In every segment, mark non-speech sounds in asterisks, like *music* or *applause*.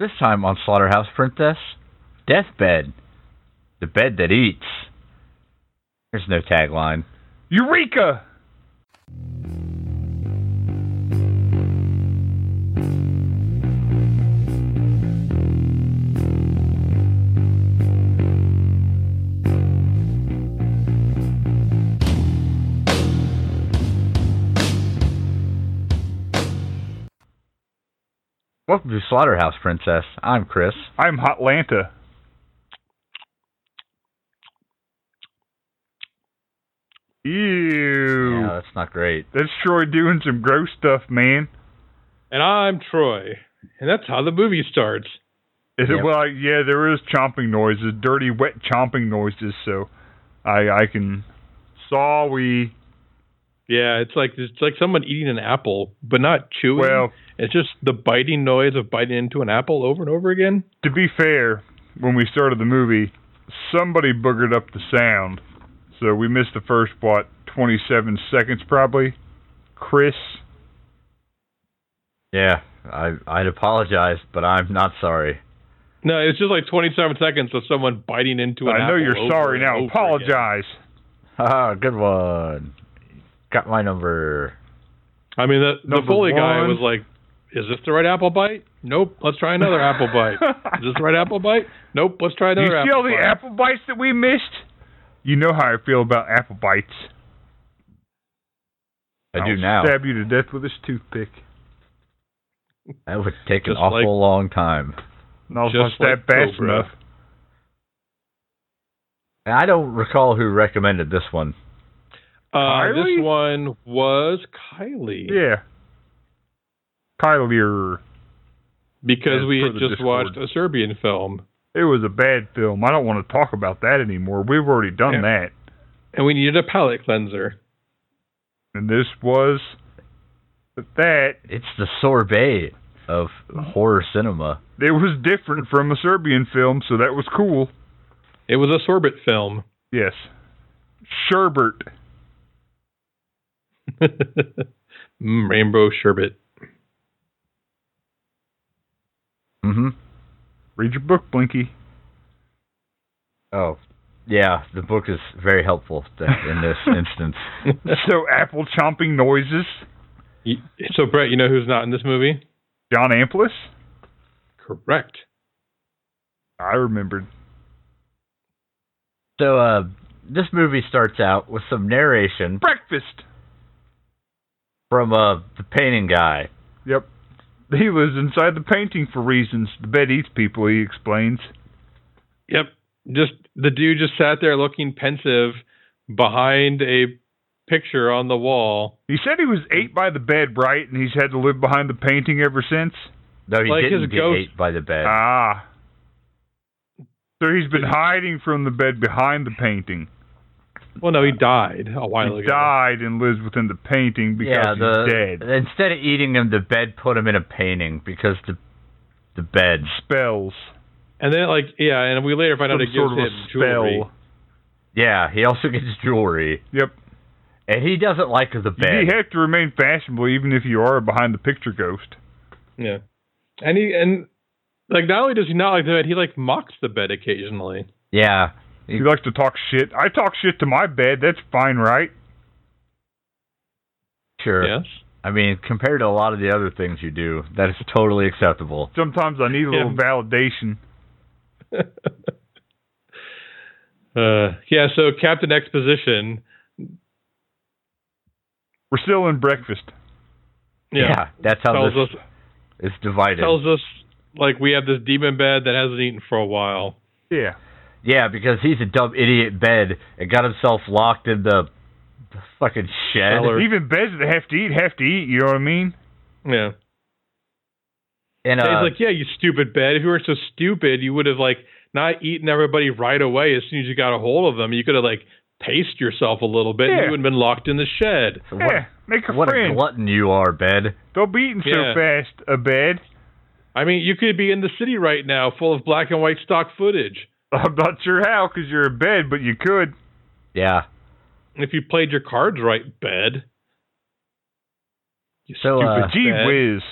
This time on Slaughterhouse Princess, Deathbed, the bed that eats. There's no tagline. Eureka! Welcome to Slaughterhouse Princess. I'm Chris. I'm Hot Lanta. Ew. Yeah, that's not great. That's Troy doing some gross stuff, man. And I'm Troy. And that's how the movie starts. Is Yep. it well? Yeah, there is chomping noises, dirty, wet chomping noises. So, I I can. Sorry. Yeah, it's like it's like someone eating an apple, but not chewing. Well, it's just the biting noise of biting into an apple over and over again. to be fair, when we started the movie, somebody boogered up the sound, so we missed the first what 27 seconds probably. Chris, Yeah, I I'd apologize, but I'm not *laughs* sorry. No, it's just like 27 seconds of someone biting into an apple. I know you're over sorry and now. over again. Apologize. Ah, good one. Got my number. I mean, the, the Number Foley guy one. was like, "Is this the right apple bite? Nope. Let's *laughs* try another apple bite. Is this the right apple bite? Nope. Let's try you another see apple all the bite." apple bites that we missed? You know how I feel about apple bites. I I'll do now. Stab you to death with this toothpick. That would take an Just like- awful long time. And I'll Just bust that like fast Cobra. enough. And I don't recall who recommended this one. uh, Kylie? this one was Kylie. Yeah. Kyler. Because As we per had the just Discord. watched a Serbian film. It was a bad film. I don't want to talk about that anymore. We've already done Yeah. that. and we needed a palate cleanser. And this was that. It's the sorbet of horror cinema. It was different from a Serbian film, so that was cool. It was a sorbet film. *laughs* Yes. Sherbert. Mm, Rainbow sherbet. Mm-hmm. Read your book, Blinky. Oh, yeah. The book is very helpful th- in *laughs* this instance. so apple chomping noises. Y- so Brett, you know who's not in this movie? John Amplis. Correct. I remembered. So, uh, this movie starts out with some narration Breakfast. from uh, the painting guy. Yep. He lives inside the painting for reasons. The bed eats people, he explains. Yep. Just the dude just sat there looking pensive behind a picture on the wall. He said he was ate by the bed, right? And he's had to live behind the painting ever since? No, he Like his didn't get ghost- ate by the bed. Ah. So he's been hiding from the bed behind the painting. Well, no, he died a while he ago. died and lives within the painting because yeah, the he's dead. instead of eating him, the bed put him in a painting because the the beds. Spells. And then, like, yeah, and we later find out Some it gives sort of him a jewelry. spell. Yeah, he also *laughs* gets jewelry, Yep. and he doesn't like the bed. You have to remain fashionable even if you are behind the picture ghost. Yeah. And he and like not only does he not like the bed, he like mocks the bed occasionally. yeah, He likes to talk shit. I talk shit to my bed. That's fine, right? sure. Yes. I mean, compared to a lot of the other things you do, that is totally acceptable. Sometimes I need a little Yeah. validation. *laughs* Uh, yeah, so Captain Exposition. We're still in breakfast. Yeah. that's how tells this us is divided. tells us like we have this demon bed that hasn't eaten for a while. Yeah. Yeah, because he's a dumb idiot bed and got himself locked in the, the fucking shed. Cellar. Or- even beds that have to eat have to eat. You know what I mean? Yeah. And And uh, he's like, Yeah, you stupid bed. If you weren't so stupid, you would have like not eaten everybody right away as soon as you got a hold of them. You could have like paced yourself a little bit and Yeah. you wouldn't have been locked in the shed. what, yeah. Make a what a friend. glutton you are, bed. Don't be eating Yeah. so fast, a bed. I mean, you could be in the city right now full of black and white stock footage. I'm not sure how, because you're a bed, but you could. Yeah. If you played your cards right, bed. You So, stupid uh, Gee bed. whiz.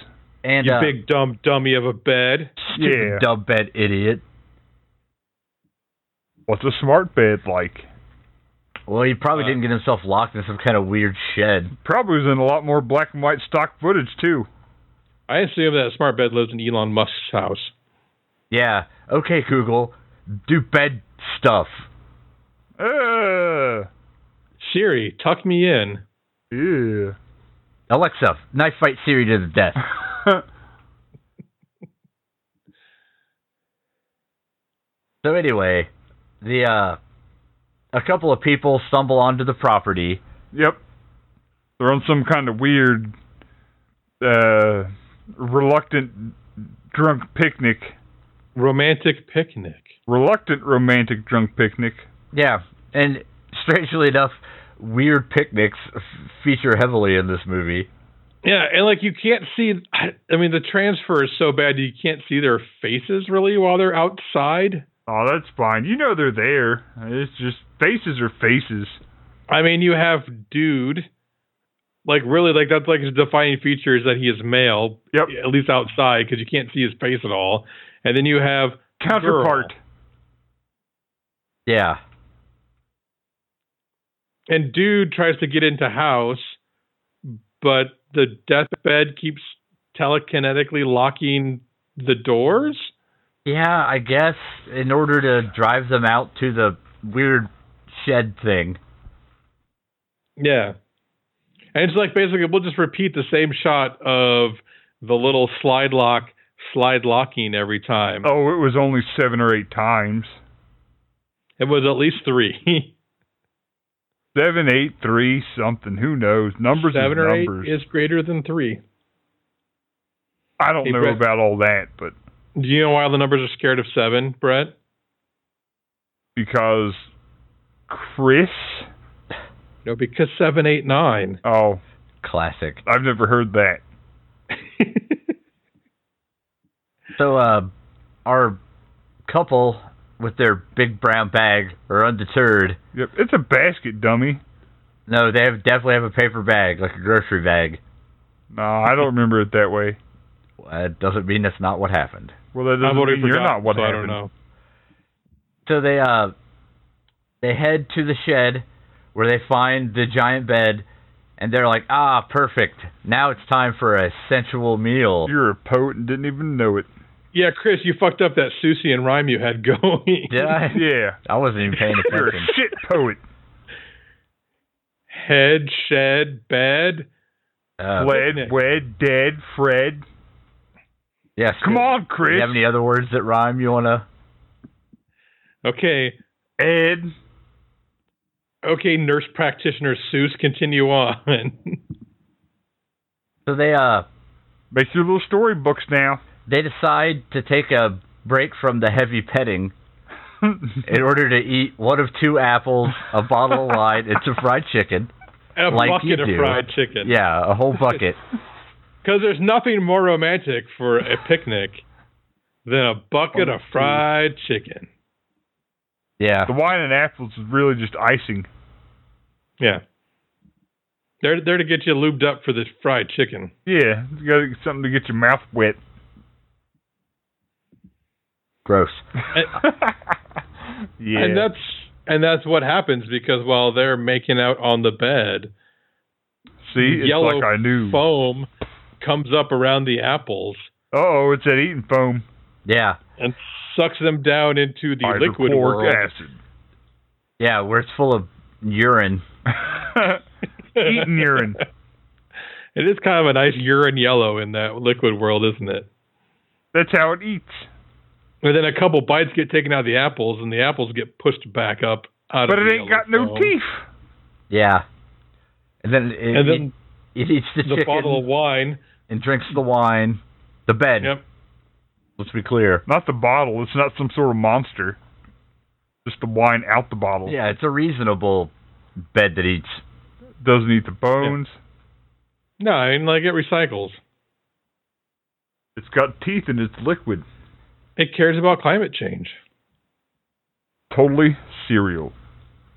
And you uh, big dumb dummy of a bed. stupid Yeah. dub bed idiot. What's a smart bed like? Well, he probably Uh, didn't get himself locked in some kind of weird shed. Probably was in a lot more black and white stock footage too. I assume that smart bed lives in Elon Musk's house. Yeah. Okay, Google, do bed stuff. Uh, Siri, tuck me in. yeah. Alexa, knife fight Siri to the death. *laughs* So anyway, the uh, a couple of people stumble onto the property. yep. They're on some kind of weird, uh, reluctant drunk picnic. Romantic picnic. Reluctant romantic drunk picnic. Yeah, and strangely enough, weird picnics f- feature heavily in this movie. Yeah, and like you can't see. I I mean, the transfer is so bad you can't see their faces really while they're outside. Oh, that's fine. You know they're there. It's just faces are faces. I mean, you have dude, like really, like that's like his defining feature is that he is male. Yep. At least outside, because you can't see his face at all. And then you have Counterpart. Yeah, and dude tries to get into house, but the deathbed keeps telekinetically locking the doors. yeah, I guess in order to drive them out to the weird shed thing. Yeah. And it's like basically we'll just repeat the same shot of the little slide lock slide locking every time. Oh, it was only seven or eight times. It was at least three. *laughs* Seven, eight, three, something. Who knows? Numbers Seven is or numbers. eight is greater than three. I don't Hey, know Brett. about all that, but Do you know why the numbers are scared of seven, Brett? because Chris. No, because seven, eight, nine. *laughs* Oh, Classic. I've never heard that. So, uh, our couple with their big brown bag are undeterred. Yep, it's a basket dummy. No, they have, definitely have a paper bag, like a grocery bag. No, I don't remember it that way. That doesn't mean that's not what happened. Well, that I've doesn't already mean you're forgotten, not what so I happened. don't know. So they uh they head to the shed where they find the giant bed and they're like, "Ah, perfect. Now it's time for a sensual meal." You're a poet and didn't even *laughs* know it. Yeah, Chris, you fucked up that Susie and rhyme you had *laughs* going. *laughs* Did *laughs* I? Yeah, I wasn't even paying you're a *laughs* attention. shit poet. Head, shed, bed. *laughs* Uh, Bled, picnic. wed, dead, Fred. yes. Come on, Do you Chris. have any other words that rhyme you want to? Okay. Ed. Okay, nurse practitioner Seuss, continue on. *laughs* So they uh Make your little storybooks now. *laughs* they decide to take a break from the heavy petting in order to eat one of two apples, a bottle of wine, and some fried chicken. a Like you bucket of do. fried chicken. Yeah, a whole bucket. Because there's nothing more romantic for *sighs* a picnic than a bucket of fried chicken. Yeah. the wine and apples is really just icing. Yeah. They're there to get you lubed up for this fried chicken. Yeah, you got to get something to get your mouth wet. Gross. *laughs* yeah. Eh, And that's and that's what happens because while they're making out on the bed, See, it's yellow like I knew. foam comes up around the apples Oh, it's that eating foam. Yeah. and sucks them down into the liquid Hydrochloric world. Yeah, where it's full of urine. acid. *laughs* Eating urine. *laughs* It is kind of a nice urine yellow in that liquid world, isn't it? That's how it eats. And then a couple bites get taken out of the apples, and the apples get pushed back up out But of it the ain't yellow got no foam. teeth. Yeah. And then it, And then it, it eats the, the chicken bottle of wine. and drinks the wine. The bed. Yep. Let's be clear. Not the bottle. It's not some sort of monster. Just the wine out the bottle. Yeah, it's a reasonable bed that eats. Doesn't eat the bones. No, I mean like it recycles. It's got teeth and it's liquid. It cares about climate change. Totally cereal.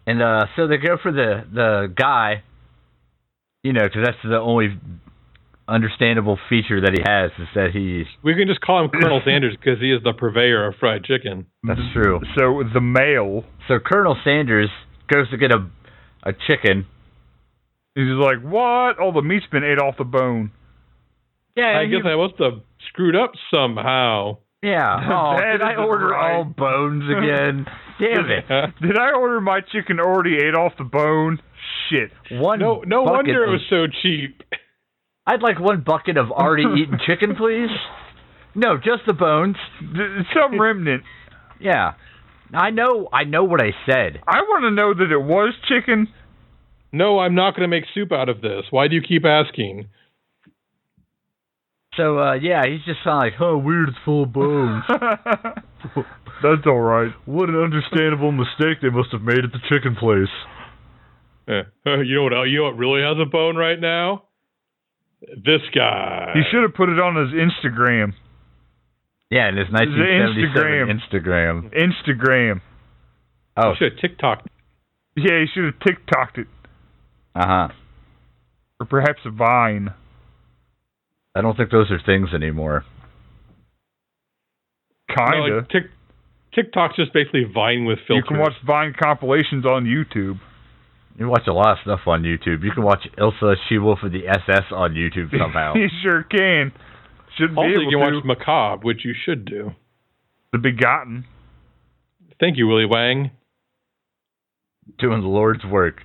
And uh, so they go for the the guy. You know, because that's the only understandable feature that he has is that he's We can just call him *laughs* Colonel Sanders because he is the purveyor of fried chicken. that's true. So the male, So Colonel Sanders goes to get a a chicken. he's just like, what? All the meat's been ate off the bone. Yeah, I guess I must have screwed up somehow. *laughs* yeah. Oh, That did I isn't order right. all bones *laughs* again? Damn it! Did I order my chicken already ate off the bone? Shit. One no, no bucket wonder it of- was so cheap. I'd like one bucket of already *laughs* eaten chicken, please. No, just the bones. D- *laughs* some remnant. Yeah. I know. I know what I said. I want to know that it was chicken. No, I'm not going to make soup out of this. Why do you keep asking? So uh, yeah, he's just kind of like, oh, weird, it's full of bones. *laughs* That's all right. what an understandable mistake they must have made at the chicken place. Eh, *laughs* eh, you know what? el- You know what really has a bone right now? This guy. He should have put it on his Instagram. Yeah, and his 1977 Instagram. Instagram. Oh, He should have TikTok. Yeah, he should have TikToked it, uh huh. or perhaps a Vine. I don't think those are things anymore. No, Kinda. like, Tik- TikTok's just basically Vine with filters. you can watch Vine compilations on YouTube. You watch a lot of stuff on YouTube. You can watch Ilsa She-Wolf of the SS on YouTube somehow. *laughs* you sure can. Should be also, able you to. can watch Macabre, which you should do. the Begotten. Thank you, Willie Wang. doing the Lord's work.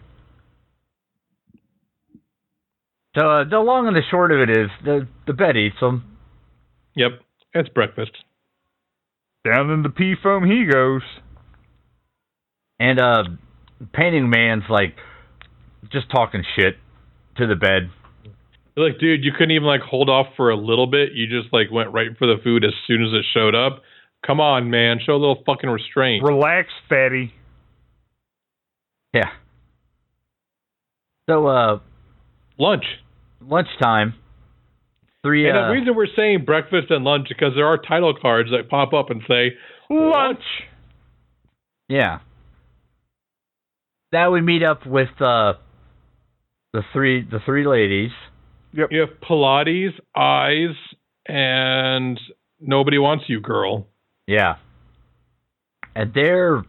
So uh, the long and the short of it is the the bed eats them. Yep, it's breakfast. Down in the pea foam he goes. and uh, painting man's like just talking shit to the bed. You're like, dude, you couldn't even like hold off for a little bit. You just like went right for the food as soon as it showed up. Come on, man, show a little fucking restraint. Relax, fatty. Yeah. So uh, Lunch. lunchtime. Three. And uh, the reason we're saying breakfast and lunch is because there are title cards that pop up and say Lunch. yeah. Now we meet up with uh, the three the three ladies. you have Pilates, eyes, and nobody wants you, girl. Yeah. And they're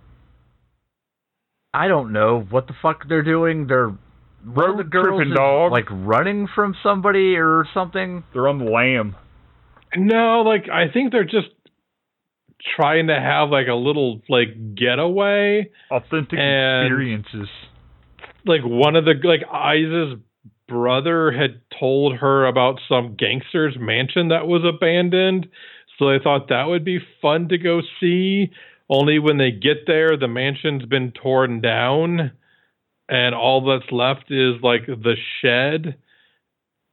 I don't know what the fuck they're doing. They're one of the Road girls tripping is, dog. like running from somebody or something. They're on the lamb. No, like I think they're just trying to have like a little like getaway. Authentic And- experiences. like one of the like Isa's brother had told her about some gangster's mansion that was abandoned. So they thought that would be fun to go see. Only when they get there, the mansion's been torn down, and all that's left is like the shed.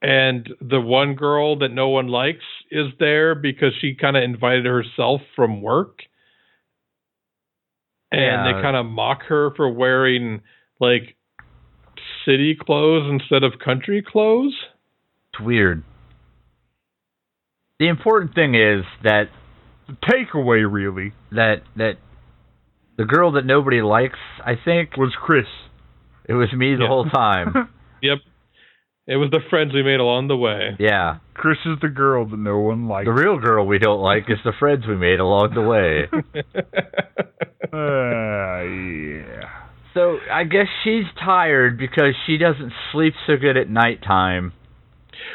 And the one girl that no one likes is there because she kind of invited herself from work. And Yeah. they kind of mock her for wearing like city clothes instead of country clothes. It's weird. The important thing is that The takeaway really that that the girl that nobody likes, I think was Chris. it was me the Yeah. whole *laughs* time. Yep. It was the friends we made along the way. *laughs* yeah. Chris is the girl that no one likes. The real girl we don't like is the friends we made along the way. Uh, yeah. *laughs* so I guess she's tired because she doesn't sleep so good at nighttime.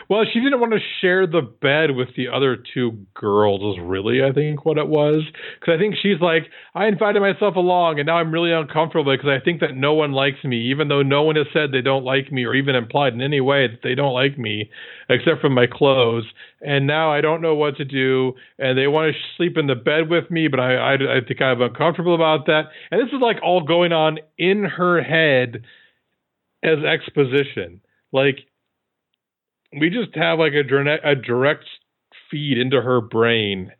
well, she didn't want to share the bed with the other two girls, is really, I think, what it was. Because I think she's like, I invited myself along and now I'm really uncomfortable because I think that no one likes me, even though no one has said they don't like me or even implied in any way that they don't like me except for my clothes. And now I don't know what to do. And they want to sleep in the bed with me, but I, I, I think I'm uncomfortable about that. And this is like all going on in her head as exposition. Like we just have like a, direct- a direct feed into her brain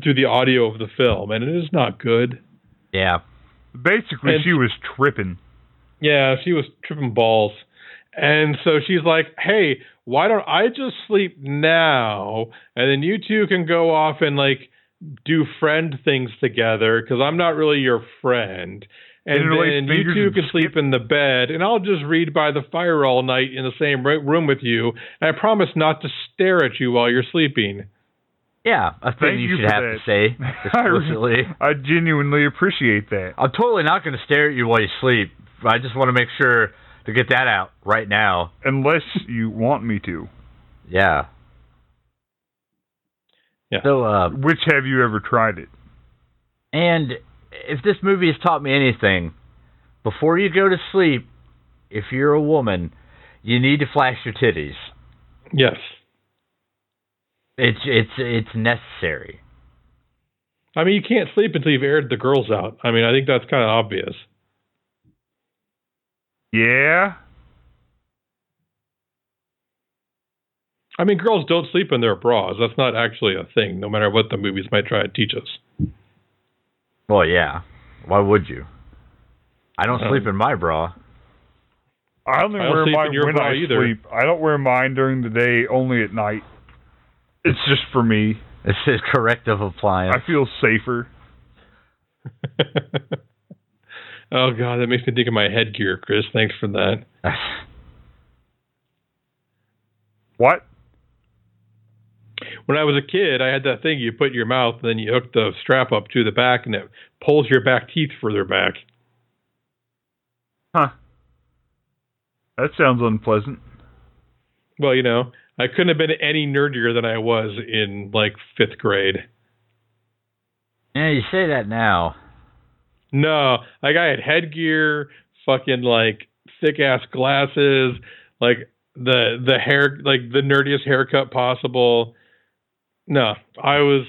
through the audio of the film, and it is not good. Yeah. Basically, And- she was tripping. Yeah, she was tripping balls. And so she's like, hey, why don't I just sleep now? And then you two can go off and like do friend things together because I'm not really your friend. and Interlace then you fingers two and can sleep in the bed, and I'll just read by the fire all night in the same ri- room with you, and I promise not to stare at you while you're sleeping. Yeah, a Thank thing you, you should for have that. to say *laughs* *laughs* I re- explicitly. I genuinely appreciate that. I'm totally not going to stare at you while you sleep. I just want to make sure to get that out right now. Unless you want me to. Yeah. Yeah. So, uh, Which have you ever tried it? and if this movie has taught me anything, before you go to sleep, if you're a woman, you need to flash your titties. Yes, It's it's it's necessary. I mean you can't sleep until you've aired the girls out. I mean I think that's kind of obvious. Yeah. I mean girls don't sleep in their bras. That's not actually a thing, no matter what the movies might try to teach us. *laughs* Well, yeah. Why would you? I don't Um, sleep in my bra. I only I don't wear sleep mine in your when bra I either. sleep. I don't wear mine during the day, only at night. It's just for me. This is corrective appliance. I feel safer. oh god, that makes me think of my headgear, Chris. Thanks for that. What? When I was a kid, I had that thing you put in your mouth, and then you hook the strap up to the back, and it pulls your back teeth further back. That sounds unpleasant. Well, you know, I couldn't have been any nerdier than I was in like fifth grade. *laughs* yeah, you say that now. No, like I had headgear, fucking like thick ass glasses, like the the hair, like the nerdiest haircut possible. No, I was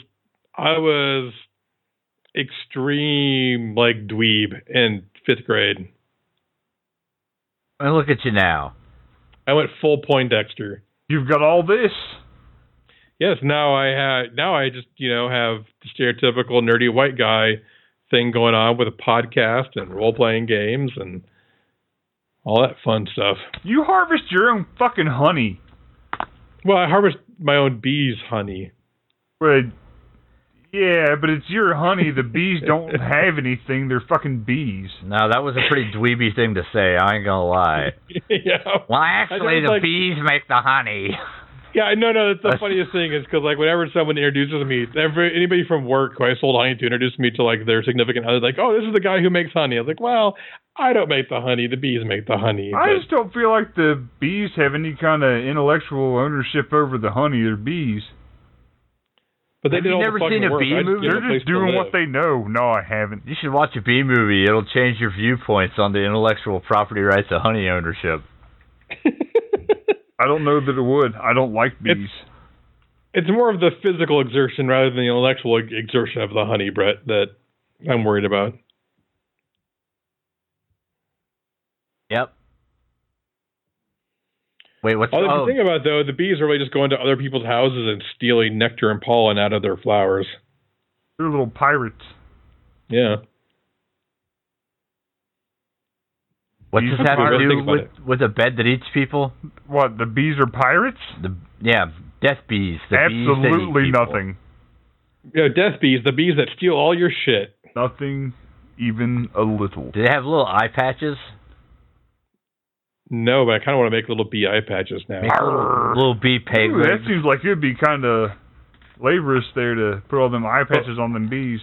I was extreme like dweeb in fifth grade. And look at you now. I went full Poindexter. You've got all this. Yes, now I have. Now I just you know have the stereotypical nerdy white guy thing going on with a podcast and role playing games and all that fun stuff. You harvest your own fucking honey. Well, I harvest my own bees' honey. *laughs* But yeah, but it's your honey. The bees *laughs* don't have anything. They're fucking bees. No, that was a pretty dweeby thing to say. I ain't gonna lie. *laughs* yeah. Well, I actually, don't the like- bees make the honey. Yeah, I know. No, that's the funniest thing is because like whenever someone introduces me, every, anybody from work who I sold honey to introduced me to like their significant other, like, oh, this is the guy who makes honey. I was like, well, I don't make the honey. The bees make the honey. I But- just don't feel like the bees have any kind of intellectual ownership over the honey. They're bees. But they Have did you all never the fucking seen a work. bee I movie? Yeah, give They're them a place just to doing live. what they know. No, I haven't. You should watch a bee movie. It'll change your viewpoints on the intellectual property rights of honey ownership. *laughs* I don't know that it would. I don't like It's- bees. *laughs* it's more of the physical exertion rather than the intellectual ex- exertion of the honey, Brett, that I'm worried about. Yep. Wait, what's All if you oh, think about it, though, the bees are really just going to other people's houses and stealing nectar and pollen out of their flowers. They're little pirates. Yeah. what does that have to Think do about with with a bed that eats people? What? The bees are pirates? The yeah, death bees. The bees that eat Absolutely people. nothing. You know, death bees, the bees that steal all your shit. Nothing, even a little. Do they have little eye patches? No, but I kind of want to make little bee eye patches now. Make little, little bee Ooh, that penguins. seems like it'd be kind of laborious there to put all them eye patches on them bees.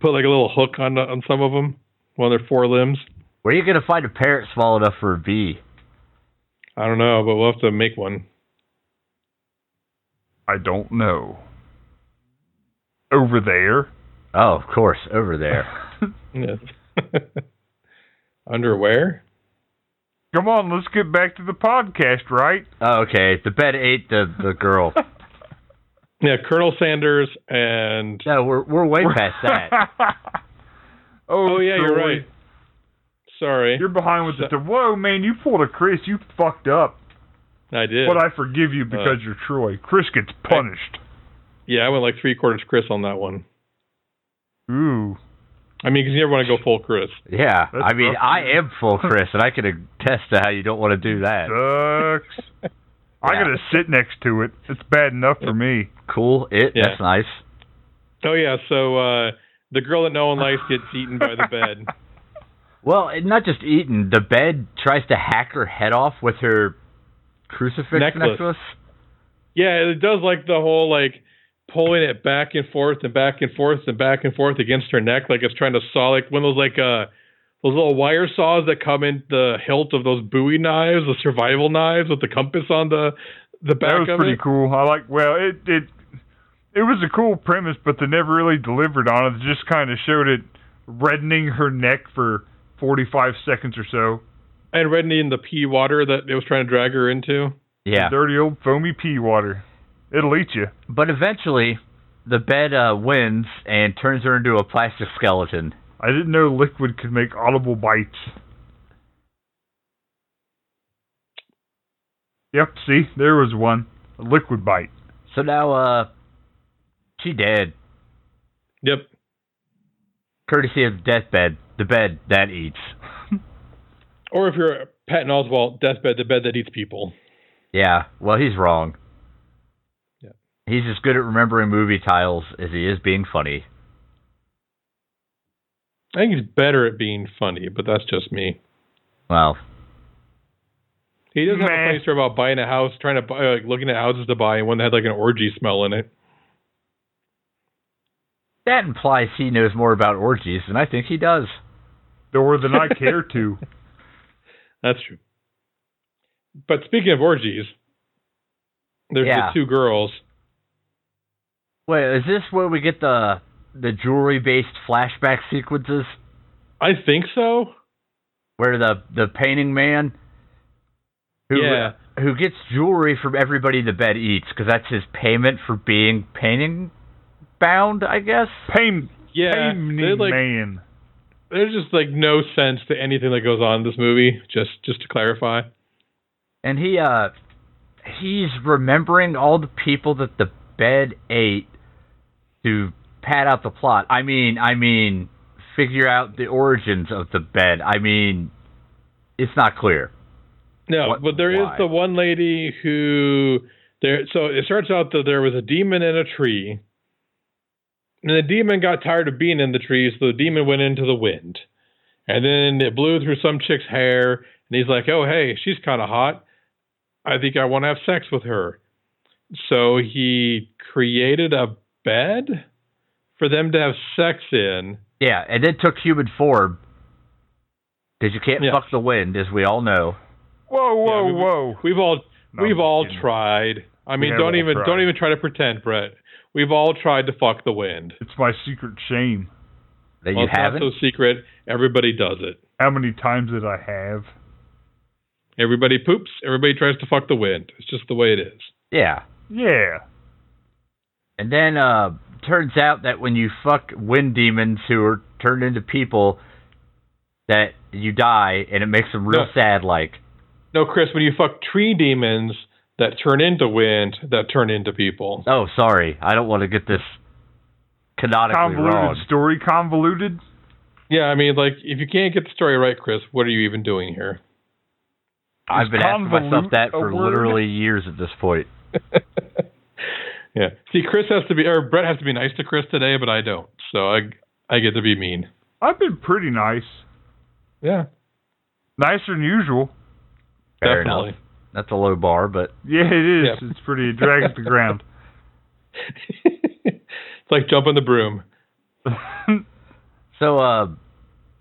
Put like a little hook on on some of them, one of their forelimbs. Where are you gonna find a parrot small enough for a bee? I don't know, but we'll have to make one. I don't know. Over there. Oh, of course, over *laughs* there. Yes. *laughs* Underwear? Come on, let's get back to the podcast, right? Oh, okay, the bed ate the the *laughs* girl. Yeah, Colonel Sanders and No, we're we're way past that. oh, Oh yeah, you're Troy, right. Sorry, You're behind with the. Whoa, man, you pulled a Chris. You fucked up. I did. But I forgive Uh. you because you're Troy. Chris gets punished. yeah, I went like three quarters Chris on that one. Ooh. I mean, 'cause you never want to go full Chris. Yeah, *laughs* That's I mean, rough, I man. am full Chris, and I can attest to how you don't want to do that. *laughs* Sucks. I Yeah. gotta sit next to it. It's bad enough for me. Cool, it Yeah. that's nice. Oh yeah, so uh, the girl that no one likes gets eaten by the bed. Well, and not just eaten. The bed tries to hack her head off with her crucifix necklace. Necklace. Yeah, it does like the whole like pulling it back and forth and back and forth and back and forth against her neck, like it's trying to saw like one of those like uh those little wire saws that come in the hilt of those Bowie knives, the survival knives with the compass on the the back that was of pretty it. cool. I like. Well, it it it was a cool premise, but they never really delivered on it. They just kind of showed it reddening her neck for forty five seconds or so. And reddening the pea water that it was trying to drag her into. Yeah. Dirty old foamy pea water. It'll eat you. But eventually, the bed uh, wins and turns her into a plastic skeleton. I didn't know liquid could make audible bites. Yep, see, there was one. A liquid bite. So now, uh, she dead. Yep. Courtesy of deathbed, the bed that eats. *laughs* Or if you're Patton Oswalt, deathbed, the bed that eats people. Yeah. Well, he's wrong. Yeah. He's as good at remembering movie titles as he is being funny. I think he's better at being funny, but that's just me. Well, He does have a Meh. funny story about buying a house, trying to buy, like looking at houses to buy, and one that had like an orgy smell in it. that implies he knows more about orgies than I think he does. Or than I care *laughs* to. That's true. But speaking of orgies, there's Yeah. the two girls. Wait, is this where we get the the jewelry based flashback sequences I think so. where the the painting man who yeah. who gets jewelry from everybody the bed eats because that's his payment for being painting bound, I guess. Pain, Yeah. They pain like man. there's just like no sense to anything that goes on in this movie, just just to clarify. And he uh he's remembering all the people that the bed ate to pad out the plot. I mean, I mean figure out the origins of the bed. I mean, it's not clear. No, What- but there is why? the one lady who there. So it starts out that there was a demon in a tree, and the demon got tired of being in the tree, so the demon went into the wind, and then it blew through some chick's hair, and he's like, "Oh, hey, she's kind of hot. I think I want to have sex with her." So he created a bed for them to have sex in. Yeah, and then took human form because you can't Yeah. fuck the wind, as we all know. Whoa, whoa, Yeah, we- whoa. We've all No, We've I'm all kidding. tried. I mean, have don't all even tried. don't even try to pretend, Brett. We've all tried to fuck the wind. It's my secret shame. That well, you it's haven't. not so secret. Everybody does it. How many times did I have? Everybody poops. Everybody tries to fuck the wind. It's just the way it is. yeah. Yeah. And then uh turns out that when you fuck wind demons who are turned into people that you die and it makes them real No. sad like. No, Chris, when you fuck tree demons that turn into wind, that turn into people. Oh, sorry. I don't want to get this canonically Convoluted wrong. story, convoluted. Yeah, I mean, like if you can't get the story right, Chris, what are you even doing here? *laughs* I've been asking myself convolute that a for word? literally years at this point. yeah. See, Chris has to be, or Brett has to be nice to Chris today, but I don't. So I, I get to be mean. I've been pretty nice. Yeah, Nicer than usual. Fair definitely. enough. That's a low bar, but Yeah, it is. Yeah. It's pretty. It drags the *laughs* ground. *laughs* it's like jumping the broom. so uh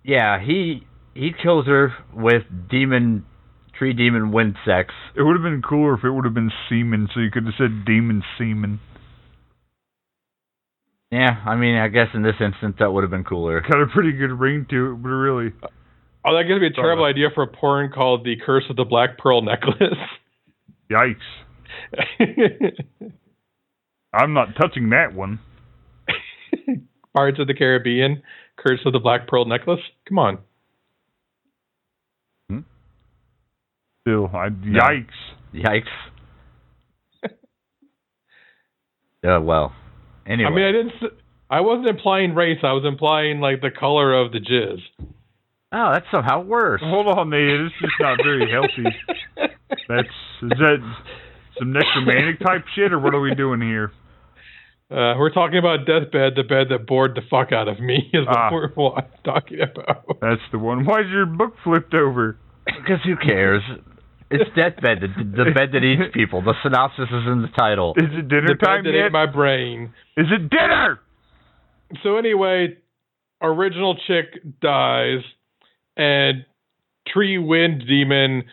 yeah, he he kills her with demon tree demon wind sex. It would have been cooler if it would have been semen, so you could have said demon semen. Yeah, I mean, I guess in this instance that would have been cooler. Got a pretty good ring to it, but really, Oh, that could be a terrible idea for a porn called "The Curse of the Black Pearl Necklace." *laughs* yikes! I'm not touching that one. Pirates of the Caribbean, Curse of the Black Pearl Necklace. Come on, Still, I, yikes! Yikes. uh, well, anyway. I mean, I didn't. s- I wasn't implying race. I was implying like the color of the jizz. oh, that's somehow worse. Oh. Hold on, Nate. It's just not very healthy. *laughs* That's is that some necromantic type shit, or what are we doing here? Uh, we're talking about Deathbed, the bed that bored the fuck out of me, is what Ah. we're *laughs* what- talking about. That's the one. Why's your book flipped over? Because who cares? It's deathbed, the, the bed that eats people. The synopsis is in the title. Is it dinner The time bed that yet? ate my brain. Is it dinner? So anyway, original chick dies, and Tree Wind Demon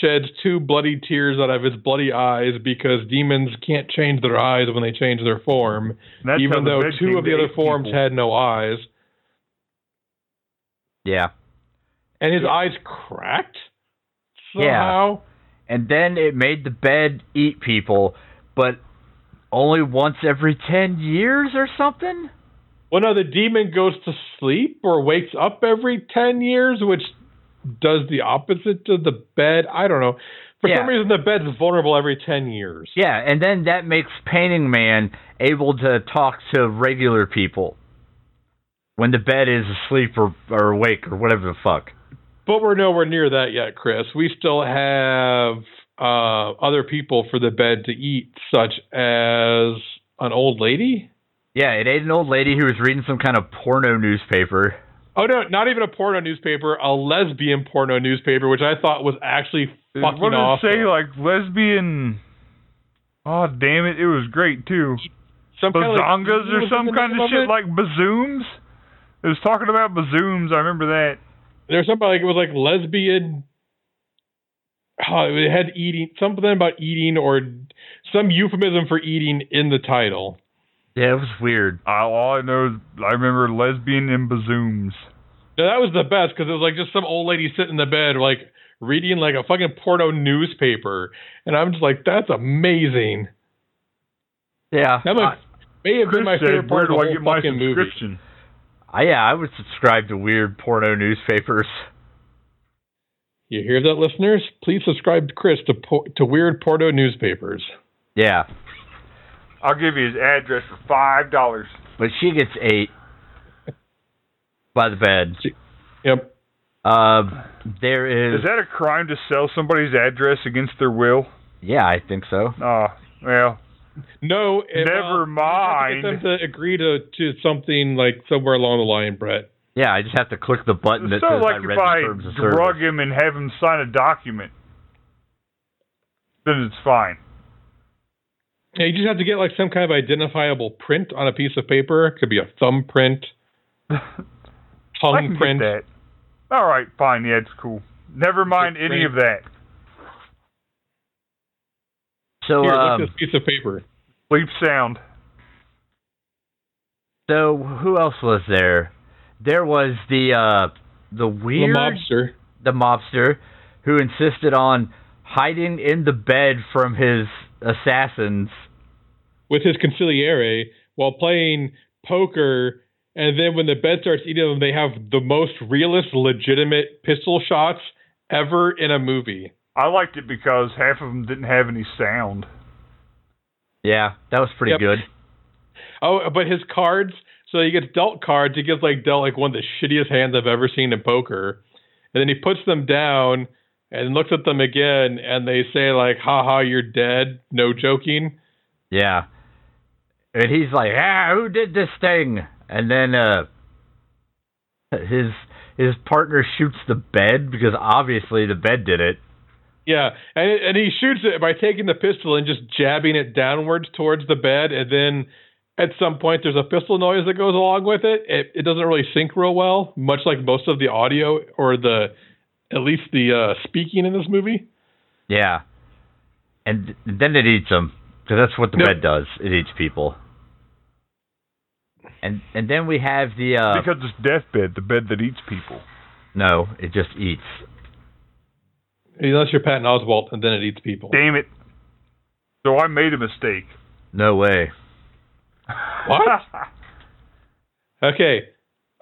sheds two bloody tears out of his bloody eyes because demons can't change their eyes when they change their form, That's how even the though bed two came of to the other eight forms people. had no eyes. Yeah. And his Yeah. eyes cracked Yeah. somehow. And then it made the bed eat people, but only once every 10 years or something? Well, no, the demon goes to sleep or wakes up every 10 years, which does the opposite to the bed. I don't know. For Yeah. some reason, the bed's vulnerable every 10 years. Yeah, and then that makes Painting Man able to talk to regular people when the bed is asleep or, or awake or whatever the fuck. But we're nowhere near that yet, Chris. We still have uh, other people for the bed to eat, such as an old lady. Yeah, it ate an old lady who was reading some kind of porno newspaper. Oh, no, not even a porno newspaper, a lesbian porno newspaper, which I thought was actually fucking What did it awesome. say? Like lesbian. Oh damn it! It was great too. some kind of, like, Bazongas was or in some the kind name of shit it? like bazooms. It was talking about bazooms. I remember that. there's something like it was like lesbian. Oh, it had eating something about eating or some euphemism for eating in the title. Yeah, it was weird. I, all I know is I remember lesbian and bazooms. No, that was the best because it was like just some old lady sitting in the bed like reading like a fucking porno newspaper, and I'm just like, that's amazing. Yeah. That might, may have been my Chris said, favorite part of the Where do I whole get my fucking movie. subscription? I, yeah, I would subscribe to weird porno newspapers. You hear that, listeners? Please subscribe to Chris to po- to weird porno newspapers. Yeah, I'll give you his address for five dollars. but she gets ate by the bed. Yep. Uh, there Is is, that a crime to sell somebody's address against their will? yeah, I think so. Oh, well, No, it- never well, you have to mind. Get them to agree to, to something like somewhere along the line, Brett. Yeah, I just have to click the button that It's says not like I if read the I terms of service. drug him and have him sign a document, then it's fine. Yeah, you just have to get like some kind of identifiable print on a piece of paper. It could be a thumbprint, I can tongue get print. that. All right, fine. Yeah, it's cool. Never mind any print. of that. So, Here, um, look at this piece of paper. Sleep sound. so who else was there? There was the uh, the The weird mobster. the mobster who insisted on hiding in the bed from his assassins. with his conciliere while playing poker. And then when the bed starts eating them, they have the most realist, legitimate pistol shots ever in a movie. I liked it because half of them didn't have any sound. Yeah, that was pretty Yep. good. Oh, but his cards. So he gets dealt cards. He gets like dealt like one of the shittiest hands I've ever seen in poker. And then he puts them down and looks at them again, and they say like, "Ha ha, you're dead." No joking. Yeah. And he's like, "Ah, who did this thing?" And then uh his his partner shoots the bed because obviously the bed did it. Yeah, and and he shoots it by taking the pistol and just jabbing it downwards towards the bed, and then at some point there's a pistol noise that goes along with it. It it doesn't really sync real well, much like most of the audio or the at least the uh, speaking in this movie. Yeah. And th- then it eats them because that's what the Yep. bed does. It eats people. And and then we have the uh because it's deathbed, the bed that eats people. no, it just eats. Unless you're Patton Oswalt, and then it eats people. Damn it. So I made a mistake. No way. What? Okay,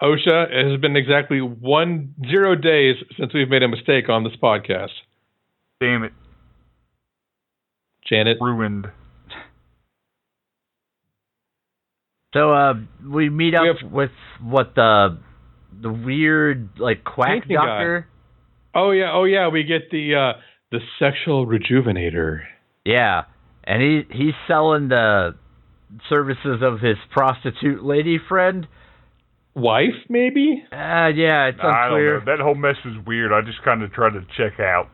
OSHA, it has been exactly one zero days since we've made a mistake on this podcast. *laughs* Damn it. Janet, Ruined. So uh we meet up We have- with what the the weird like quack Nathan guy. doctor. oh yeah, oh yeah, we get the uh, the sexual rejuvenator. Yeah, and he he's selling the services of his prostitute lady friend. Wife, maybe? Uh, yeah, it's I don't unclear. know. That whole mess is weird. I just kind of tried to check out.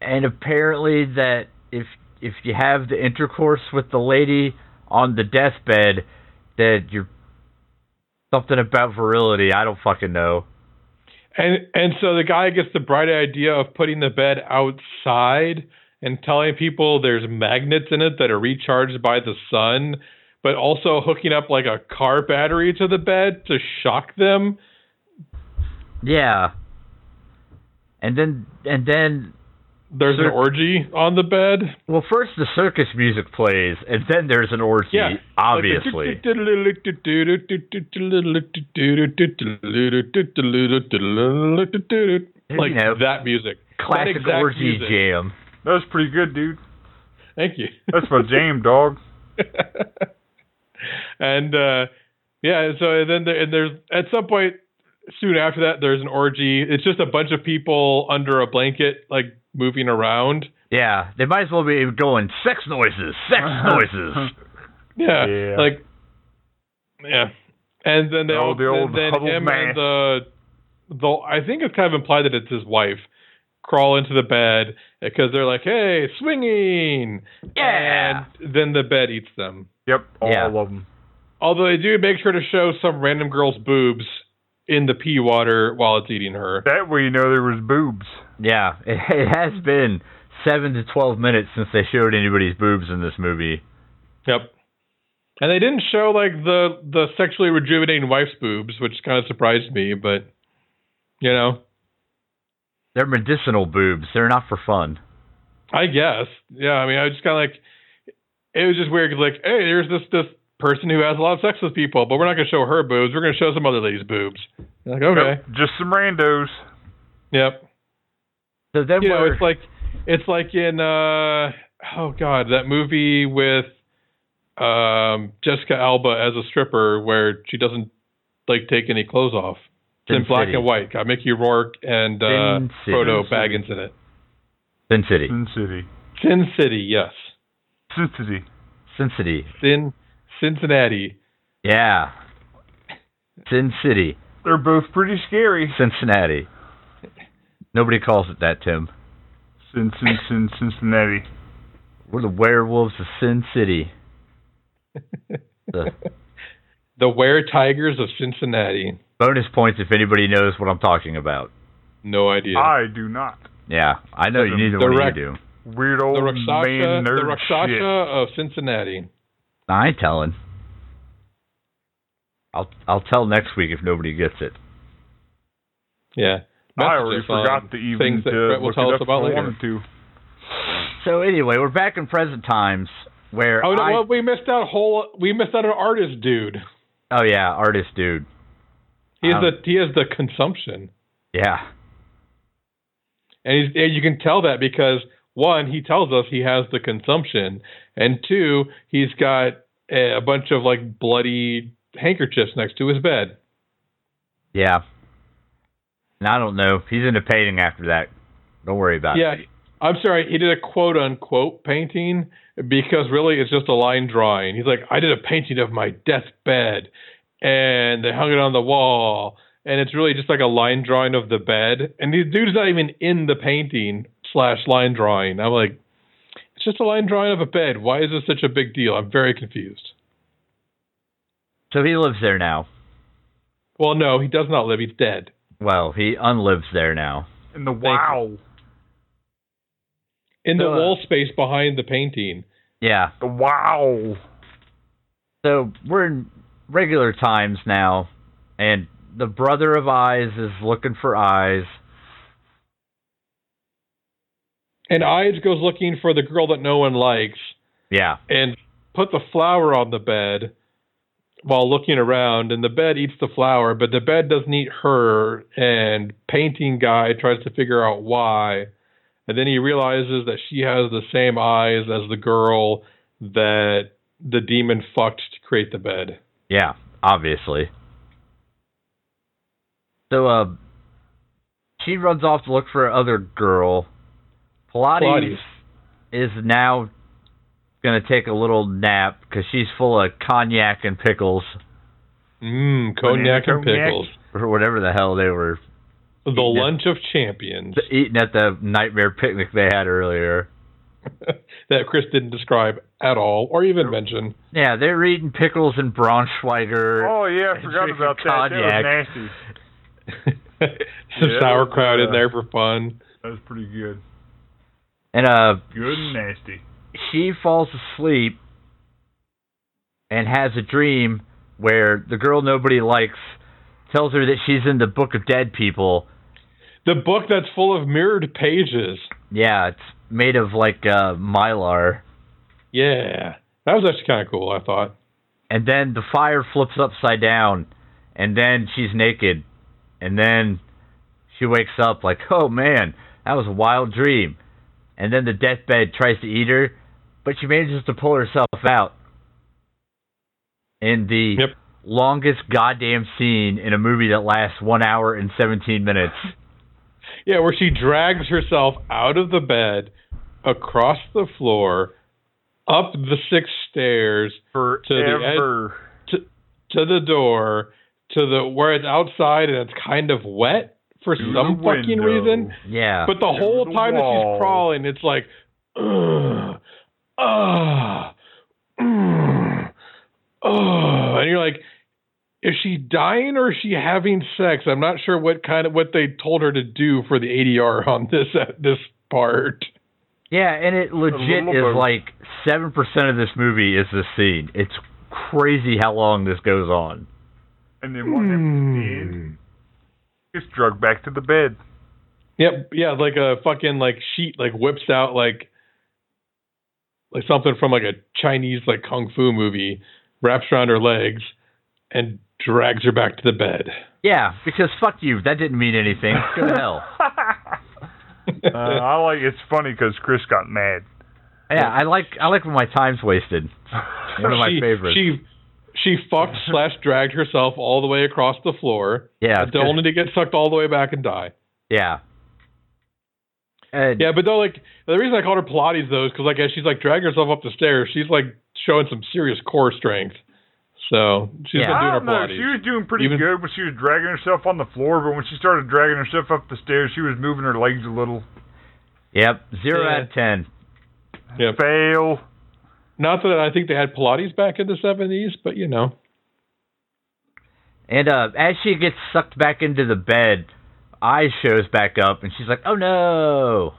and apparently that if if you have the intercourse with the lady on the deathbed, that you're something about virility. I don't fucking know. And and so the guy gets the bright idea of putting the bed outside and telling people there's magnets in it that are recharged by the sun, but also hooking up like a car battery to the bed to shock them. Yeah. And then and then There's an Sure. orgy on the bed. well first the circus music plays and then there's an orgy, Yeah. obviously. Like You know, that music. That Classic exact orgy music. jam. That was pretty good, dude. Thank you. *laughs* That's my jam, dog. *laughs* and uh, yeah, so then there, and there's at some point soon after that there's an orgy. It's just a bunch of people under a blanket like moving around. Yeah. They might as well be going sex noises, *laughs* sex noises. Yeah, Yeah. like yeah. And then they Oh, all the old then huddled him mass. and the the I think it's kind of implied that it's his wife crawl into the bed because they're like, hey, swinging. Yeah. And then the bed eats them. Yep, all Yeah. of them. Although they do make sure to show some random girl's boobs in the pee water while it's eating her. That way you know there was boobs. Yeah, it, it has been seven to twelve minutes since they showed anybody's boobs in this movie. Yep. And they didn't show like the the sexually rejuvenating wife's boobs, which kind of surprised me, but you know, They're medicinal boobs. They're not for fun. I guess. Yeah, I mean, I was just kind of like it was just weird 'cause, like, hey, there's this this person who has a lot of sex with people, but we're not going to show her boobs. We're going to show some other lady's boobs. Like, okay. Yep, just some randos. Yep. So then you know, we're it's like it's like in uh oh god, that movie with um Jessica Alba as a stripper where she doesn't like take any clothes off. It's Sin in black City. and white. Got Mickey Rourke and uh Sin City. Frodo Baggins in it. Sin City. Sin City. Sin City, yes. Sin City. Sin City. Sin Cincinnati. Yeah. Sin City. They're both pretty scary. Cincinnati. Nobody calls it that, Tim. Sin, Sin, Sin, Cincinnati. We're the werewolves of Sin City. *laughs* The The Were Tigers of Cincinnati. bonus points if anybody knows what I'm talking about. No idea. I do not. Yeah, I know you The- need to the know what rec- you do. Weird old the man Rakshasa, the nerd Rakshasa shit. of Cincinnati. I ain't telling. I'll I'll tell next week if nobody gets it. Yeah. I already Messages on forgot to even things that to Brett will look tell it us up if about I later. wanted to. So anyway, we're back in present times where Oh no, I, well, we missed out whole we missed out an artist dude. oh yeah, artist dude. He has Um, the he has the consumption, Yeah, and, he's, and you can tell that because one, he tells us he has the consumption, and two, he's got a, a bunch of like bloody handkerchiefs next to his bed. yeah. And I don't know. He's into painting after that. Don't worry about Yeah, it. I'm sorry, he did a quote unquote painting because really it's just a line drawing. He's like, I did a painting of my deathbed, and they hung it on the wall, and it's really just like a line drawing of the bed. And the dude's not even in the painting slash line drawing. I'm like, it's just a line drawing of a bed. Why is this such a big deal? I'm very confused. So he lives there now. Well, no, he does not live. He's dead. Well, he unlives there now. In the you. wow. In the Uh. wall space behind the painting. Yeah. The wow. So we're in regular times now, and the brother of eyes is looking for eyes. And Ives goes looking for the girl that no one likes. Yeah. and put the flower on the bed while looking around and the bed eats the flower but the bed doesn't eat her and painting guy tries to figure out why and then he realizes that she has the same eyes as the girl that the demon fucked to create the bed Yeah, obviously. So, uh, she runs off to look for another girl. Pilates, Pilates. is now gonna take a little nap because she's full of cognac and pickles Mmm, cognac and cognac. pickles. or whatever the hell they were The Yeah. lunch of champions *laughs* eating at the nightmare picnic they had earlier. that Chris didn't describe at all or even *laughs* mention. *laughs* Yeah, they're eating pickles and braunschweiger. Oh yeah, I And forgot drinking about that. cognac. That was nasty. Some Yeah, sauerkraut yeah. in there for fun. That was pretty good. And uh, Good and nasty. she falls asleep and has a dream where the girl nobody likes tells her that she's in the book of dead people. The book that's full of mirrored pages. Yeah, it's made of like uh, mylar. Yeah. That was actually kind of cool, I thought. And then the fire flips upside down, and then she's naked, and then she wakes up like, *laughs* oh man, that was a wild dream. And then the deathbed tries to eat her, but she manages to pull herself out. In the Yep. longest goddamn scene in a movie that lasts one hour and 17 minutes. *laughs* Yeah, where she drags herself out of the bed, across the floor, up the six stairs, Forever. to the door, to the where it's outside and it's kind of wet for Through some the fucking window. reason. Yeah. But the whole the time that wall. she's crawling, it's like, ugh, ugh, mm, ugh. and you're like, is she dying or is she having sex? I'm not sure what kind of what they told her to do for the ADR *laughs* on this this part. yeah, and it legit little is boat. like 7% of this movie is this scene. It's crazy how long this goes on. And then what happens at the end? Gets drugged back to the *laughs* bed. Yep, yeah, like a fucking like sheet like whips out like like something from like a Chinese like kung fu movie, wraps around her legs, and drags her back to the bed. Yeah, because fuck you. That didn't mean *laughs* anything. Go to hell. Uh, I like. It's funny because Chris got mad. Yeah, I like I like when my time's wasted. One of my she, favorites. She she *laughs* fucked slash dragged herself all the way across the floor, yeah, it's to good. only to get sucked all the way back and die. yeah. And Yeah, but though like the reason I called her Pilates though is because like as she's like dragging herself up the stairs, she's like showing some serious core strength. So she's Yeah. been doing I her don't know. Pilates. She was doing pretty Even- good when she was dragging herself on the floor, but when she started dragging herself up the stairs, she was moving her legs a little. yep, zero Yeah. out of ten. Yep. Fail. Not that I think they had Pilates back in the seventies, but you know. And uh, as she gets sucked back into the bed, eyes shows back up, and she's like, "Oh no,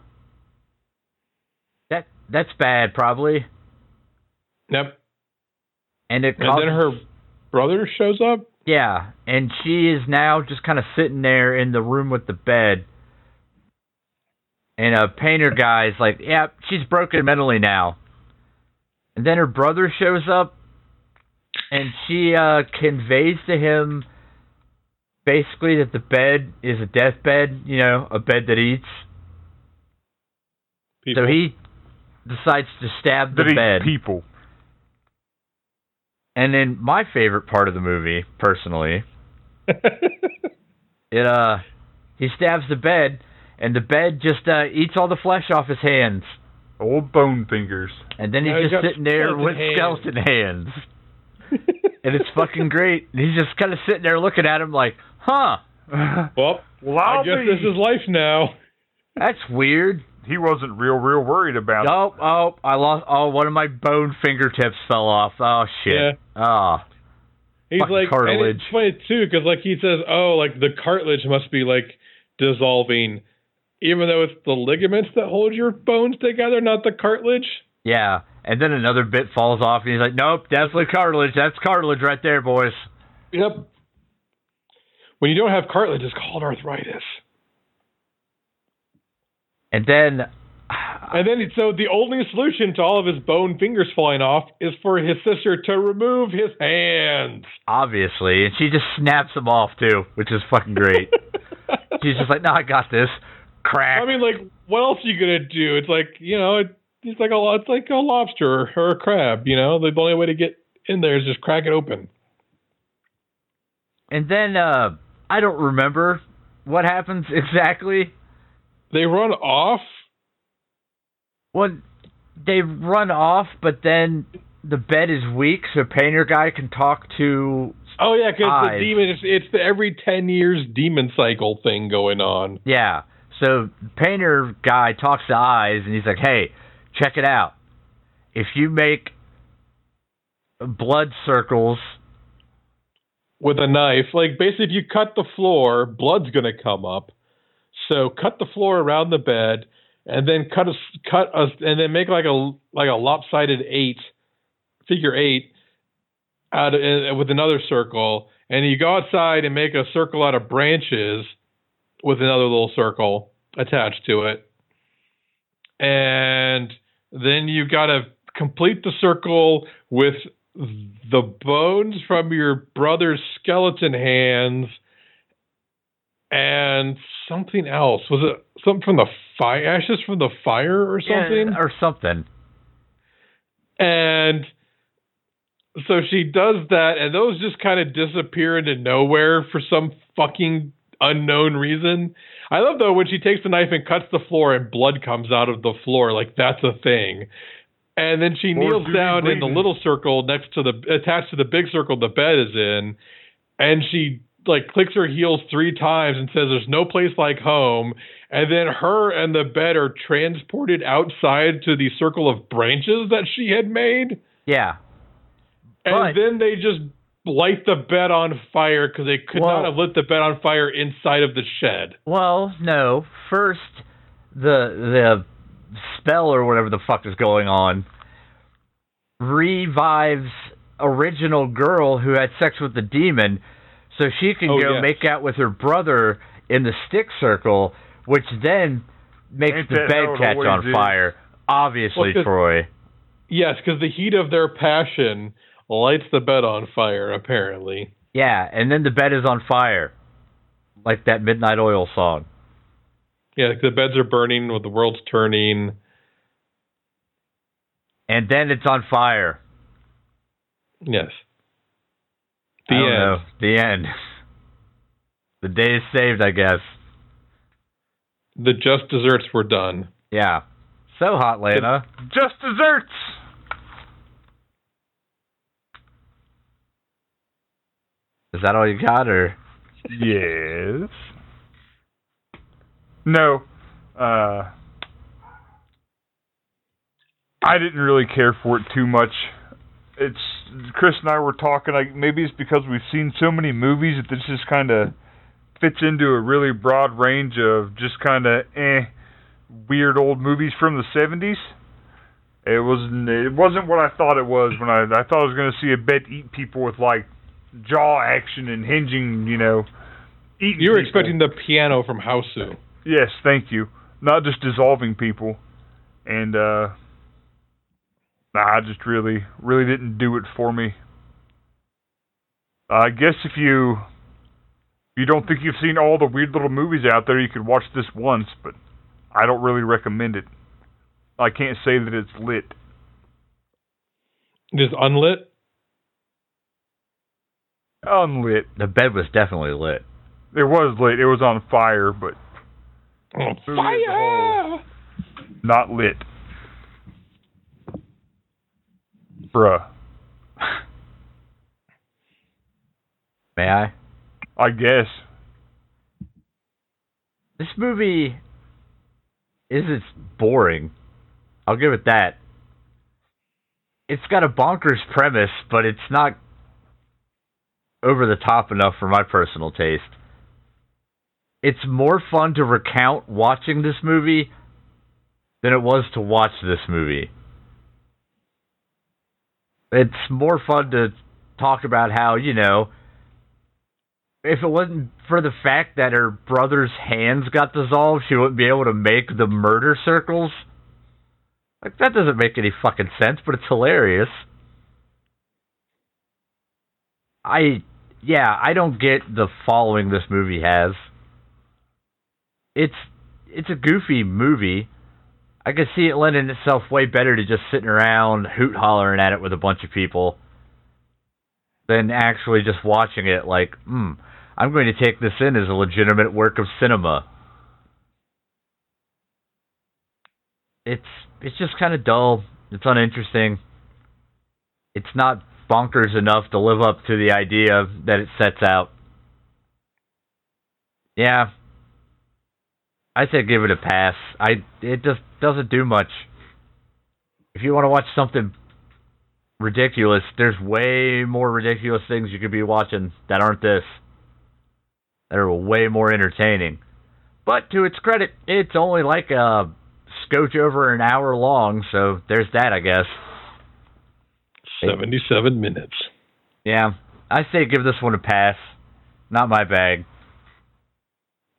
that that's bad, probably." Yep. And it And causes, then her brother shows up. yeah, and she is now just kind of sitting there in the room with the bed. And a painter guy's like, "Yep, she's broken mentally now." And then her brother shows up, and she uh, conveys to him basically that the bed is a deathbed, you know, a bed that eats. People. *laughs* So he decides to stab the That bed. eats people. and then my favorite part of the movie, personally, it uh, he stabs the bed, and the bed just uh, eats all the flesh off his hands. Old bone fingers. *laughs* And then he's Now he's just got sitting there skeleton with hands. skeleton hands. *laughs* and it's fucking great. And he's just kind of sitting there looking at him like, huh, well, well, I I'll guess be. this is life now. that's weird. He wasn't real, real worried about it. Oh, oh, I lost. Oh, one of my bone fingertips fell off. Oh, shit. Yeah. Oh. He's Fucking like And cartilage. it's funny too, because like he says, oh, like the cartilage must be like dissolving, even though it's the ligaments that hold your bones together, not the cartilage. Yeah. And then another bit falls off, and he's like, nope, definitely cartilage. That's cartilage right there, boys. Yep. When you don't have cartilage, it's called arthritis. And then, *sighs* And then, so the only solution to all of his bone fingers falling off is for his sister to remove his hands. obviously, and she just snaps him off, too, which is fucking *laughs* great. She's just like, no, I got this. Crack. I mean, like, what else are you gonna do? It's like, you know, it, it's like a it's like a lobster or a crab. You know, the only way to get in there is just crack it open. And then uh I don't remember what happens *laughs* exactly. They run off. Well, they run off, but then the bed is weak, so Painter guy can talk to Oh yeah, because the Eyes. demon. It's, it's the every ten years demon cycle thing going on. yeah. So Painter guy talks to Eyes, and he's like, "Hey, check it out. If you make blood circles, with a knife. Like basically, if you cut the floor, blood's going to come up. So cut the floor around the bed, and then cut a s- cut a, and then make like a like a lopsided eight, figure eight, out of, uh, with another circle, and you go outside and make a circle out of branches, with another little circle attached to it, and then you got to complete the circle with the bones from your brother's skeleton hands and something else. Was it something from the fire ashes from the fire or something? or something." And so she does that and those just kind of disappear into nowhere for some fucking unknown reason. I love though when she takes the knife and cuts the floor and blood comes out of the floor like that's a thing. And then she Or kneels Judy down in the Blayton. little circle next to the attached to the big circle the bed is in and she like clicks her heels 3 times and says there's no place like home and then her and the bed are transported outside to the circle of branches that she had made Yeah. But- and then they just light the bed on fire because they could Well- not have lit the bed on fire inside of the shed. Well, no. First, the the spell or whatever the fuck is going on revives original girl who had sex with the demon, so she can Oh, go yes. make out with her brother in the stick circle, which then makes Ain't the that how bed it catch always on is? fire. Obviously, Well, 'cause- Troy. Yes, because the heat of their passion lights the bed on fire, apparently. Yeah, and then the bed is on fire, like that Midnight Oil song. Yeah, the beds are burning, with the world's turning. And then it's on fire. Yes. I The don't end. know. The end. The day is saved, I guess. The just desserts were done. Yeah. So hot, Lana. Just *laughs* desserts. Is that all you got, or Yes. No. Uh, I didn't really care for it too much. It's Chris and I were talking. Like maybe it's because we've seen so many movies that this just kind of fits into a really broad range of just kind of eh weird old movies from the seventies. It wasn't. It wasn't what I thought it was when I. I thought I was going to see a bet eat people with like jaw action and hinging. You know, eating. You were people. expecting the piano from Houseu. Yes, thank you. Not just dissolving people. And uh nah, I just really really didn't do it for me. I guess if you you don't think you've seen all the weird little movies out there, you could watch this once, but I don't really recommend it. I can't say that it's lit. It is unlit. Unlit. the bed was definitely lit? It was lit. It was on fire, but Oh, Who is the whole- fire! not lit. Bruh. May I? I guess. This movie is it's boring. I'll give it that. It's got a bonkers premise, but it's not over the top enough for my personal taste. It's more fun to recount watching this movie than it was to watch this movie. It's more fun to talk about how, you know, if it wasn't for the fact that her brother's hands got dissolved, she wouldn't be able to make the murder circles. Like that doesn't make any fucking sense, but it's hilarious. I yeah, I don't get the following this movie has. It's it's a goofy movie. I could see it lending itself way better to just sitting around hoot hollering at it with a bunch of people than actually just watching it like, hmm, I'm going to take this in as a legitimate work of cinema. it's it's just kind of dull. It's uninteresting. It's not bonkers enough to live up to the idea that it sets out. Yeah. I said give it a pass. I it just doesn't do much. If you want to watch something ridiculous, there's way more ridiculous things you could be watching that aren't this. That are way more entertaining. But to its credit, it's only like a scotch over an hour long, so there's that, I guess. 77 minutes. Yeah, I say give this one a pass. Not my bag.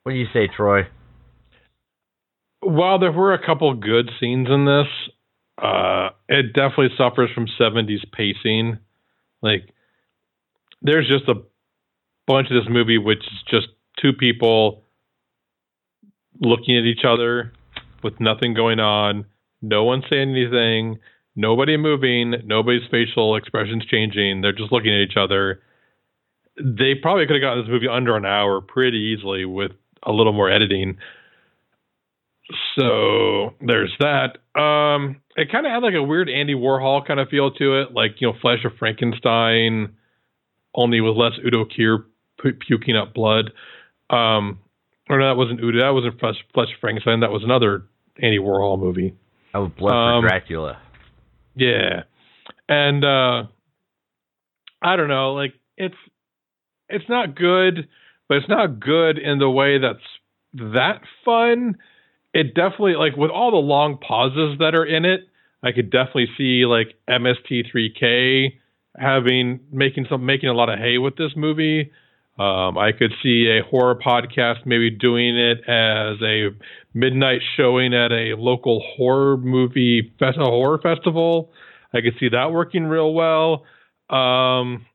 What do you say, Troy? While there were a couple good scenes in this, uh, it definitely suffers from 70s pacing. Like, there's just a bunch of this movie which is just two people looking at each other with nothing going on, no one saying anything, nobody moving, nobody's facial expressions changing. They're just looking at each other. They probably could have gotten this movie under an hour pretty easily with a little more editing. So there's that. Um, it kind of had like a weird Andy Warhol kind of feel to it, like you know, Flesh of Frankenstein, only with less Udo Kier pu- puking up blood. Um, or no, that wasn't Udo. That wasn't Flesh, Flesh of Frankenstein. That was another Andy Warhol movie. Oh, Blood Um, for Dracula. Yeah. And uh I don't know, like it's it's not good, but it's not good in the way that's that fun. It definitely like with all the long pauses that are in it, I could definitely see like MST3K having making some making a lot of hay with this movie. Um, I could see a horror podcast maybe doing it as a midnight showing at a local horror movie fest- a horror festival. I could see that working real well. Um,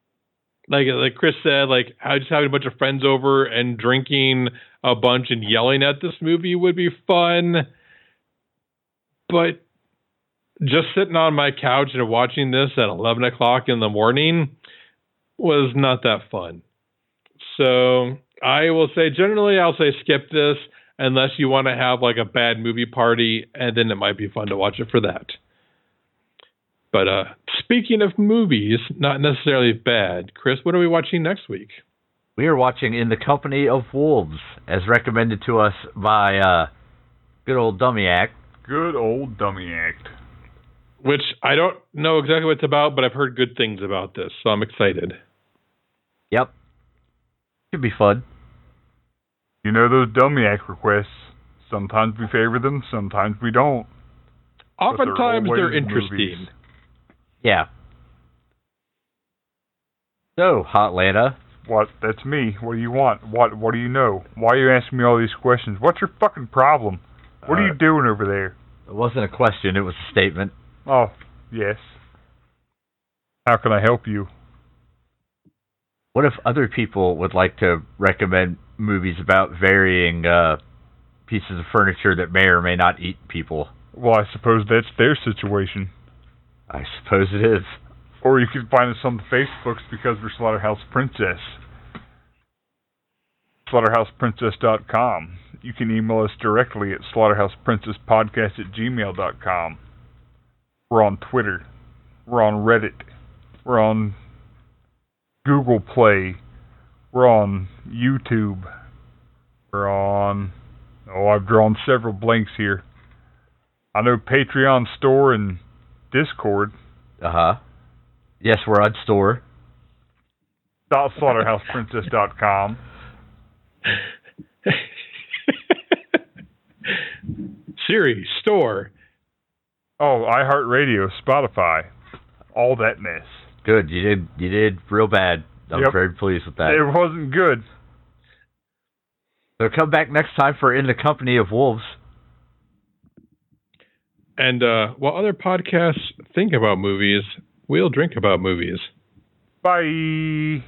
like like Chris said, like I just having a bunch of friends over and drinking a bunch and yelling at this movie would be fun. But just sitting on my couch and watching this at eleven o'clock in the morning was not that fun. So I will say generally I'll say skip this unless you want to have like a bad movie party, and then it might be fun to watch it for that. But uh, speaking of movies, not necessarily bad. Chris, what are we watching next week? We are watching In the Company of Wolves, as recommended to us by uh, good old Dummy Act. Good old dummy act. Which I don't know exactly what it's about, but I've heard good things about this, so I'm excited. Yep. Should be fun. You know those dummy act requests. Sometimes we favor them, sometimes we don't. but they're Oftentimes they're, always interesting. *laughs* movies. Yeah. So, Hot Lanta, What? That's me. What do you want? What? What do you know? Why are you asking me all these questions? What's your fucking problem? What are Uh, you doing over there? it wasn't a question, it was a statement. Oh, yes. How can I help you? What if other people would like to recommend movies about varying uh, pieces of furniture that may or may not eat people? Well, I suppose that's their situation. I suppose it is. Or you can find us on the Facebooks because we're Slaughterhouse Princess. SlaughterhousePrincess.com. You can email us directly at slaughterhouseprincesspodcast at gmail.com. We're on Twitter. We're on Reddit. We're on Google Play. We're on YouTube. We're on. Oh, I've drawn several blanks here. I know Patreon store and Discord. Uh huh. Yes, we're on store. dot slaughterhouseprincess dot com. Siri, store. Oh, iHeartRadio, Spotify, all that mess. Good. You did. You did real bad. I'm Yep. very pleased with that. It wasn't good. So come back next time for In the Company of Wolves. And uh, while other podcasts think about movies, we'll drink about movies. Bye.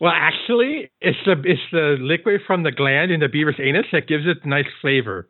Well, actually, it's the it's the liquid from the gland in the beaver's anus that gives it nice flavor.